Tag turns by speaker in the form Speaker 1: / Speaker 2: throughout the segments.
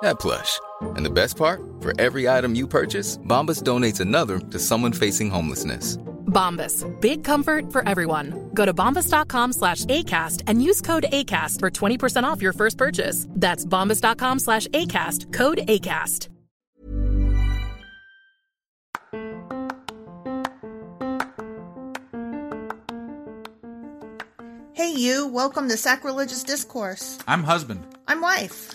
Speaker 1: that plush. And the best part? For every item you purchase, Bombas donates another to someone facing homelessness.
Speaker 2: Bombas. Big comfort for everyone. Go to bombas.com slash ACAST and use code ACAST for 20% off your first purchase. That's bombas.com slash ACAST, code ACAST.
Speaker 3: Hey, you, welcome to Sacrilegious Discourse.
Speaker 4: I'm husband,
Speaker 3: I'm Wife,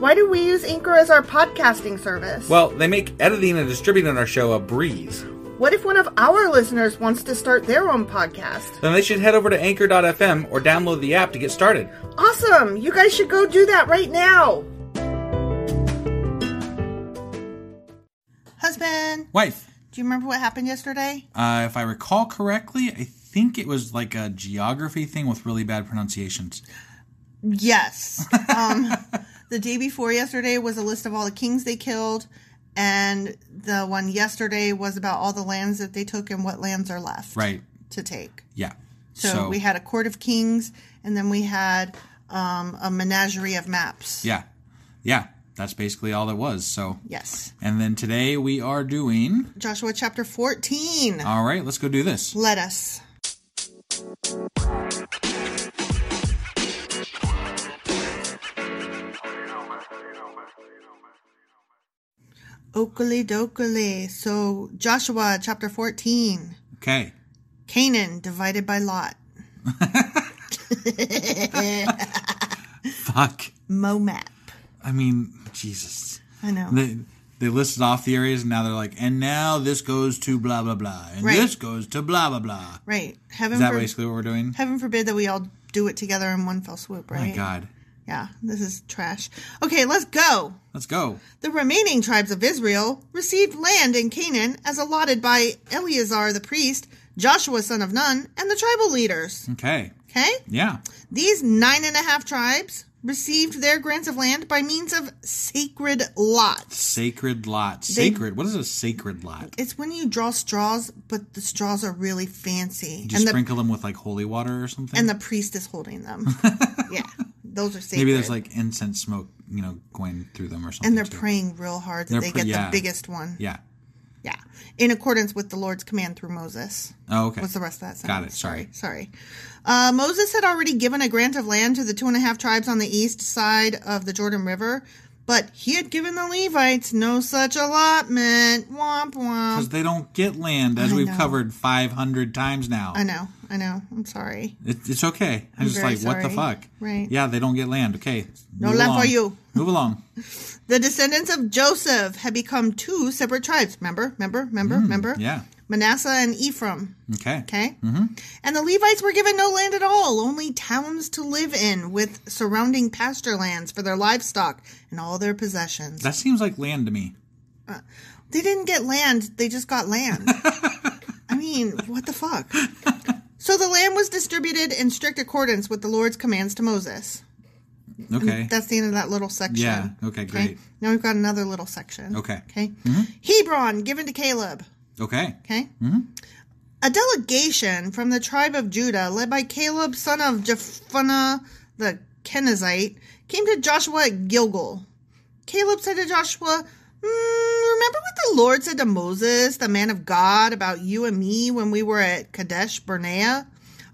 Speaker 3: Why do we use Anchor as our podcasting service?
Speaker 4: Well, they make editing and distributing our show a breeze.
Speaker 3: what if one of our listeners wants to start their own podcast?
Speaker 4: Then they should head over to anchor.fm or download the app to get started.
Speaker 3: Awesome! You guys should go do that right now! Husband,
Speaker 4: Wife,
Speaker 3: do you remember what happened yesterday?
Speaker 4: uh, if I recall correctly, I think it was like a geography thing with really bad pronunciations.
Speaker 3: Yes. Um, the day before yesterday was a list of all the kings they killed, and the one yesterday was about all the lands that they took and what lands are left
Speaker 4: Right.
Speaker 3: to take.
Speaker 4: Yeah.
Speaker 3: So, we had a court of kings, and then we had um, a menagerie of maps.
Speaker 4: Yeah. Yeah. That's basically all it was. So,
Speaker 3: Yes.
Speaker 4: and then today we are doing.
Speaker 3: Joshua chapter 14.
Speaker 4: All right, let's go do this.
Speaker 3: Let us. Okely dokely. So Joshua chapter 14.
Speaker 4: Okay.
Speaker 3: Canaan divided by Lot.
Speaker 4: Fuck.
Speaker 3: MoMap.
Speaker 4: I mean, Jesus.
Speaker 3: I know.
Speaker 4: They, they listed off the areas, and now they're like, and now this goes to blah, blah, blah. And
Speaker 3: Right.
Speaker 4: this goes to blah, blah, blah.
Speaker 3: right. Heaven,
Speaker 4: Is that
Speaker 3: for-
Speaker 4: basically what we're doing?
Speaker 3: heaven forbid that we all do it together in one fell swoop, right?
Speaker 4: My God.
Speaker 3: Yeah, this is trash. Okay, let's go.
Speaker 4: Let's go.
Speaker 3: The remaining tribes of Israel received land in Canaan as allotted by Eleazar the priest, Joshua son of Nun, and the tribal leaders.
Speaker 4: Okay.
Speaker 3: Okay?
Speaker 4: Yeah.
Speaker 3: These nine and a half tribes received their grants of land by means of sacred lots.
Speaker 4: Sacred lot. Sacred. What is a sacred lot?
Speaker 3: It's when you draw straws, but the straws are really fancy.
Speaker 4: Do you
Speaker 3: And the,
Speaker 4: sprinkle them with like holy water or something?
Speaker 3: and the priest is holding them. yeah. Those are sacred.
Speaker 4: Maybe there's like incense smoke, you know, going through them or something.
Speaker 3: And they're
Speaker 4: too.
Speaker 3: praying real hard that
Speaker 4: They're
Speaker 3: they
Speaker 4: pr-
Speaker 3: get
Speaker 4: yeah.
Speaker 3: the biggest one.
Speaker 4: Yeah.
Speaker 3: Yeah. In accordance with the Lord's command through Moses.
Speaker 4: Oh, okay.
Speaker 3: What's the rest of that
Speaker 4: Got
Speaker 3: sentence?
Speaker 4: it. Sorry.
Speaker 3: Sorry. Uh, Moses had already given a grant of land to the two and a half tribes on the east side of the Jordan River, but he had given the Levites no such allotment. Womp
Speaker 4: Because
Speaker 3: womp.
Speaker 4: they don't get land, as
Speaker 3: I
Speaker 4: we've
Speaker 3: know.
Speaker 4: covered 500 times now.
Speaker 3: I know. I know. I'm sorry.
Speaker 4: It, it's okay. I'm,
Speaker 3: I'm
Speaker 4: just
Speaker 3: very
Speaker 4: like, what the
Speaker 3: sorry.
Speaker 4: fuck?
Speaker 3: Right.
Speaker 4: Yeah, they don't get land. Okay.
Speaker 3: No
Speaker 4: Move
Speaker 3: land for
Speaker 4: along.
Speaker 3: you.
Speaker 4: Move along.
Speaker 3: The descendants of Joseph had become two separate tribes. Remember? Remember? Remember? remember?
Speaker 4: Mm-hmm. Yeah.
Speaker 3: Manasseh and Ephraim.
Speaker 4: Okay.
Speaker 3: Okay. Mm-hmm. And the Levites were given no land at all, only towns to live in with surrounding pasture lands for their livestock and all their possessions.
Speaker 4: That seems like land to me.
Speaker 3: They didn't get land, they just got land. I mean, what the fuck? So the land was distributed in strict accordance with the Lord's commands to Moses.
Speaker 4: Okay.
Speaker 3: That's the end of that little section.
Speaker 4: Yeah. Okay. Great.
Speaker 3: Now we've got another little section.
Speaker 4: Okay. Mm-hmm.
Speaker 3: Okay. Hebron given to Caleb.
Speaker 4: Okay.
Speaker 3: Okay. A delegation from the tribe of Judah, led by Caleb, son of Jephunneh the Kenizzite, came to Joshua at Gilgal. Caleb said to Joshua, "Mm, Remember what the Lord said to Moses, the man of God, about you and me when we were at Kadesh Barnea?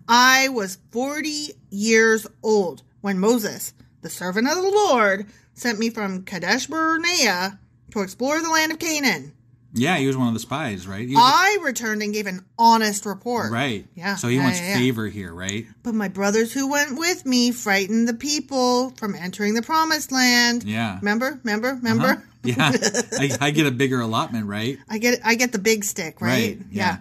Speaker 3: I was 40 years old when Moses, the servant of the Lord, sent me from Kadesh Barnea to explore the land of Canaan.
Speaker 4: Yeah, he was one of the spies, right? He was
Speaker 3: I returned and gave an honest report.
Speaker 4: right.
Speaker 3: Yeah,
Speaker 4: So he
Speaker 3: yeah,
Speaker 4: wants
Speaker 3: yeah, yeah.
Speaker 4: favor here, right?
Speaker 3: But my brothers who went with me frightened the people from entering the promised land.
Speaker 4: Yeah. Uh-huh.
Speaker 3: Remember? Remember? Remember?
Speaker 4: Yeah. I, I get a bigger allotment, right?
Speaker 3: I get I get the big stick, right?
Speaker 4: Right, yeah.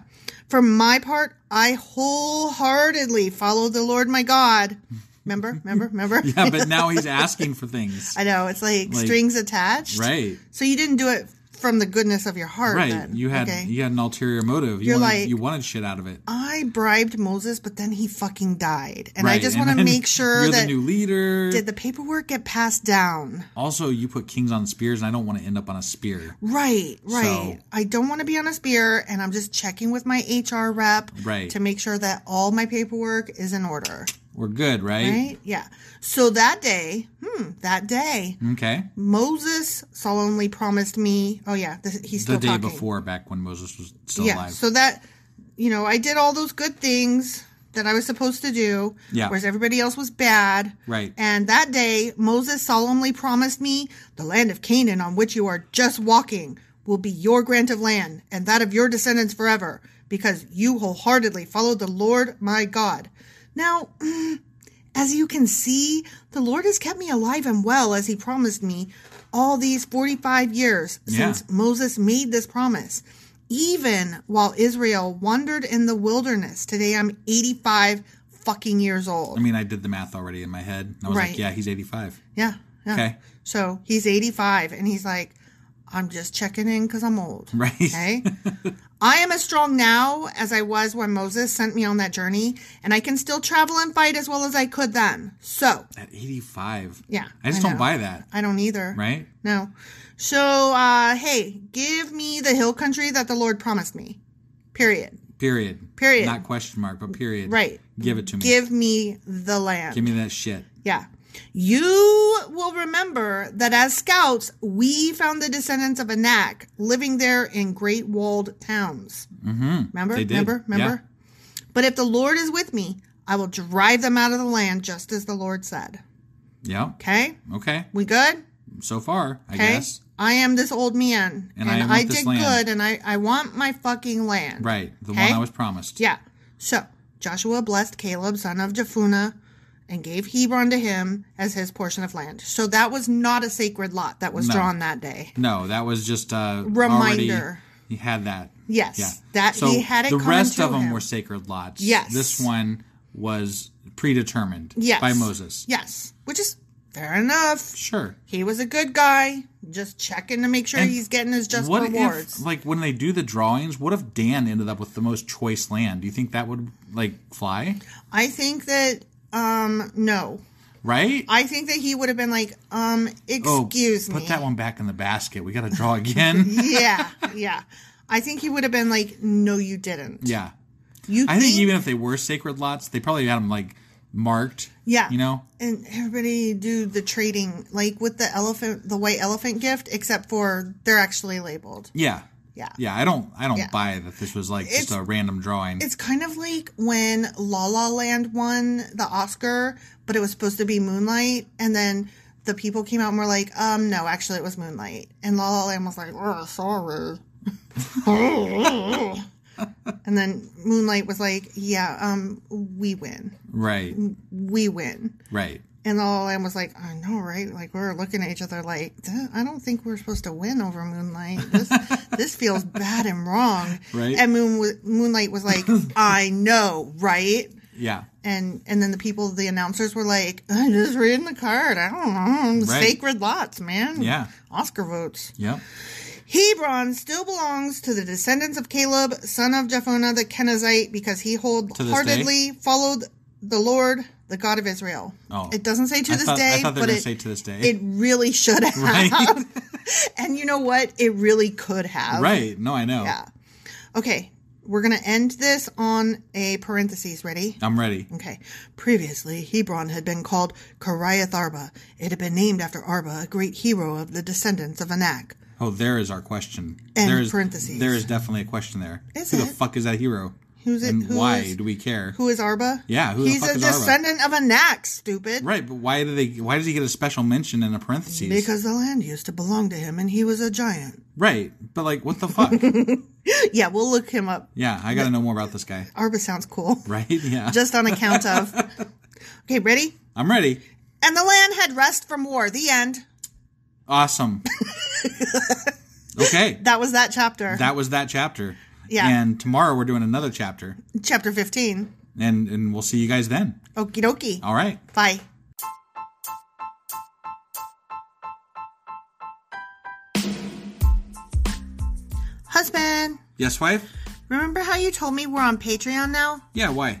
Speaker 3: For my part, I wholeheartedly follow the Lord my God. Remember? Remember? Remember?
Speaker 4: Yeah, but now he's asking for things.
Speaker 3: I know, it's like,
Speaker 4: Like-
Speaker 3: strings attached.
Speaker 4: Right.
Speaker 3: So you didn't do it from the goodness of your heart
Speaker 4: Right.
Speaker 3: then.
Speaker 4: You had
Speaker 3: okay.
Speaker 4: you had an ulterior motive. You
Speaker 3: You're
Speaker 4: wanted,
Speaker 3: like-
Speaker 4: you wanted shit out of it.
Speaker 3: I bribed Moses, but then he fucking died. And I
Speaker 4: Right,
Speaker 3: just want to
Speaker 4: then
Speaker 3: make sure
Speaker 4: you're
Speaker 3: that
Speaker 4: the new leader.
Speaker 3: Did the paperwork get passed down?
Speaker 4: also, you put kings on spears, and I don't want to end up on a spear.
Speaker 3: Right,
Speaker 4: So-
Speaker 3: right. I don't want to be on a spear, and I'm just checking with my HR rep
Speaker 4: Right.
Speaker 3: to make sure that all my paperwork is in order.
Speaker 4: We're good, right?
Speaker 3: Right? Yeah. So that day, hmm, that day,
Speaker 4: Okay.
Speaker 3: Moses solemnly promised me. Oh yeah, this, he's still
Speaker 4: the day
Speaker 3: talking.
Speaker 4: before, back when Moses was still
Speaker 3: yeah.
Speaker 4: alive.
Speaker 3: So that you know, I did all those good things that I was supposed to do.
Speaker 4: Yeah.
Speaker 3: Whereas everybody else was bad.
Speaker 4: Right.
Speaker 3: And that day Moses solemnly promised me the land of Canaan on which you are just walking will be your grant of land and that of your descendants forever, because you wholeheartedly followed the Lord my God. Now as you can see, the Lord has kept me alive and well as He promised me all these 45 years
Speaker 4: Yeah.
Speaker 3: since Moses made this promise. Even while Israel wandered in the wilderness, today I'm 85 fucking years old.
Speaker 4: I mean, I did the math already in my head. and I was
Speaker 3: Right.
Speaker 4: like, yeah, he's 85.
Speaker 3: yeah, yeah.
Speaker 4: Okay.
Speaker 3: So he's 85 and he's like, I'm just checking in because I'm old.
Speaker 4: Right.
Speaker 3: Okay. I am as strong now as I was when Moses sent me on that journey, and I can still travel and fight as well as I could then. So
Speaker 4: At 85.
Speaker 3: Yeah,
Speaker 4: I just
Speaker 3: I know.
Speaker 4: don't buy that,
Speaker 3: I don't either.
Speaker 4: right?
Speaker 3: No. So, uh, hey, give me the hill country that the Lord promised me. Period.
Speaker 4: Period.
Speaker 3: Period.
Speaker 4: Not question mark, but period.
Speaker 3: Right.
Speaker 4: Give it to me.
Speaker 3: Give me the land.
Speaker 4: Mm. Give me that shit.
Speaker 3: yeah. You will remember that as scouts, we found the descendants of Anak living there in great walled towns. Mm-hmm. Remember?
Speaker 4: They did.
Speaker 3: Remember? Remember? But if the Lord is with me, I will drive them out of the land just as the Lord said.
Speaker 4: Yeah.
Speaker 3: Okay?
Speaker 4: Okay.
Speaker 3: We good?
Speaker 4: So far, I
Speaker 3: Okay.
Speaker 4: guess.
Speaker 3: I am this old man, and,
Speaker 4: And I want
Speaker 3: I,
Speaker 4: this
Speaker 3: did
Speaker 4: land.
Speaker 3: good, and I, I want my fucking land.
Speaker 4: Right. The
Speaker 3: Okay.
Speaker 4: one I was promised.
Speaker 3: Yeah. So Joshua blessed Caleb, son of Jephunneh, and gave Hebron to him as his portion of land. So that was not a sacred lot that was
Speaker 4: No.
Speaker 3: drawn that day.
Speaker 4: No, that was just a
Speaker 3: Reminder.
Speaker 4: he had that.
Speaker 3: Yes,
Speaker 4: Yeah.
Speaker 3: that
Speaker 4: so
Speaker 3: he had it.
Speaker 4: the
Speaker 3: coming
Speaker 4: rest
Speaker 3: to
Speaker 4: of them
Speaker 3: him.
Speaker 4: were sacred lots.
Speaker 3: Yes.
Speaker 4: This one was predetermined
Speaker 3: yes.
Speaker 4: by Moses.
Speaker 3: Yes, which is fair enough.
Speaker 4: Sure.
Speaker 3: He was a good guy, just checking to make sure
Speaker 4: And
Speaker 3: he's getting his just
Speaker 4: what
Speaker 3: rewards.
Speaker 4: if, like, when they do the drawings, what if Dan ended up with the most choice land? Do you think that would like fly?
Speaker 3: I think that um no.
Speaker 4: Right?
Speaker 3: I think that he would have been like, um, Uh, excuse
Speaker 4: oh,
Speaker 3: me.
Speaker 4: Put that one back in the basket. We got to draw again.
Speaker 3: yeah, yeah. I think he would have been like, no, you didn't.
Speaker 4: yeah.
Speaker 3: You
Speaker 4: I think even if they were sacred lots, they probably had them like marked.
Speaker 3: Yeah.
Speaker 4: You know?
Speaker 3: and everybody do the trading like with the elephant, the white elephant gift, except for they're actually labeled.
Speaker 4: Yeah.
Speaker 3: Yeah.
Speaker 4: Yeah. I don't. I don't
Speaker 3: Yeah.
Speaker 4: buy that this was like just
Speaker 3: It's-
Speaker 4: a random drawing.
Speaker 3: It's kind of like when La La Land won the Oscar, but it was supposed to be Moonlight, and then the people came out and were like, um, no, actually it was Moonlight. And La La Land was like, oh, sorry. and then Moonlight was like, yeah, um, we win.
Speaker 4: Right.
Speaker 3: We win.
Speaker 4: Right.
Speaker 3: And La La Land was like, I know, right? Like, we were looking at each other like, "Th- I don't think we're supposed to win over Moonlight. This, this feels bad and wrong.
Speaker 4: Right.
Speaker 3: And Moon, wa- Moonlight was like, I know, right?
Speaker 4: Yeah.
Speaker 3: And and then the people, the announcers were like, I'm just reading the card. I don't know.
Speaker 4: Right.
Speaker 3: Sacred lots, man.
Speaker 4: Yeah.
Speaker 3: Oscar votes.
Speaker 4: Yep.
Speaker 3: Hebron still belongs to the descendants of Caleb, son of Jephunneh the Kenizzite, because he
Speaker 4: this
Speaker 3: wholeheartedly followed the Lord, the God of Israel.
Speaker 4: Oh.
Speaker 3: It doesn't say to
Speaker 4: I
Speaker 3: this
Speaker 4: thought- I
Speaker 3: day,
Speaker 4: thought they were
Speaker 3: but
Speaker 4: gonna
Speaker 3: it,
Speaker 4: say to this day.
Speaker 3: it really should have.
Speaker 4: Right.
Speaker 3: and you know what? It really could have.
Speaker 4: Right. No, I know.
Speaker 3: Yeah. Okay, we're gonna end this on a parentheses. Ready?
Speaker 4: I'm ready.
Speaker 3: Okay. Previously, Hebron had been called Kiriath Arba. It had been named after Arba, a great hero of the descendants of Anak.
Speaker 4: Oh, there is our question.
Speaker 3: And
Speaker 4: there is
Speaker 3: parentheses.
Speaker 4: There is definitely a question there.
Speaker 3: Is
Speaker 4: who the
Speaker 3: it?
Speaker 4: fuck is that hero?
Speaker 3: Who's it?
Speaker 4: And
Speaker 3: who
Speaker 4: why
Speaker 3: is-
Speaker 4: do we care?
Speaker 3: Who is Arba?
Speaker 4: Yeah, who the
Speaker 3: he's
Speaker 4: fuck
Speaker 3: a
Speaker 4: is Arba?
Speaker 3: descendant of Anak. Stupid.
Speaker 4: right, but why do they? Why does he get a special mention in a parentheses?
Speaker 3: Because the land used to belong to him, and he was a giant.
Speaker 4: right, but like, what the fuck?
Speaker 3: Yeah, we'll look him up.
Speaker 4: yeah, I gotta know more about this guy.
Speaker 3: Arba sounds cool,
Speaker 4: Right? Yeah,
Speaker 3: just on account of. Okay, ready?
Speaker 4: I'm ready.
Speaker 3: And the land had rest from war. The end.
Speaker 4: Awesome. okay,
Speaker 3: That was that chapter.
Speaker 4: that was that chapter.
Speaker 3: Yeah.
Speaker 4: And tomorrow we're doing another chapter,
Speaker 3: chapter fifteen.
Speaker 4: and and we'll see you guys then.
Speaker 3: Okie dokie.
Speaker 4: All right.
Speaker 3: Bye. Husband,
Speaker 4: Yes, wife.
Speaker 3: remember how you told me we're on Patreon now?
Speaker 4: Yeah. Why?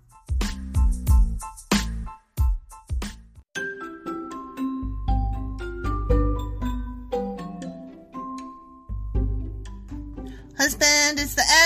Speaker 3: Husband, it's the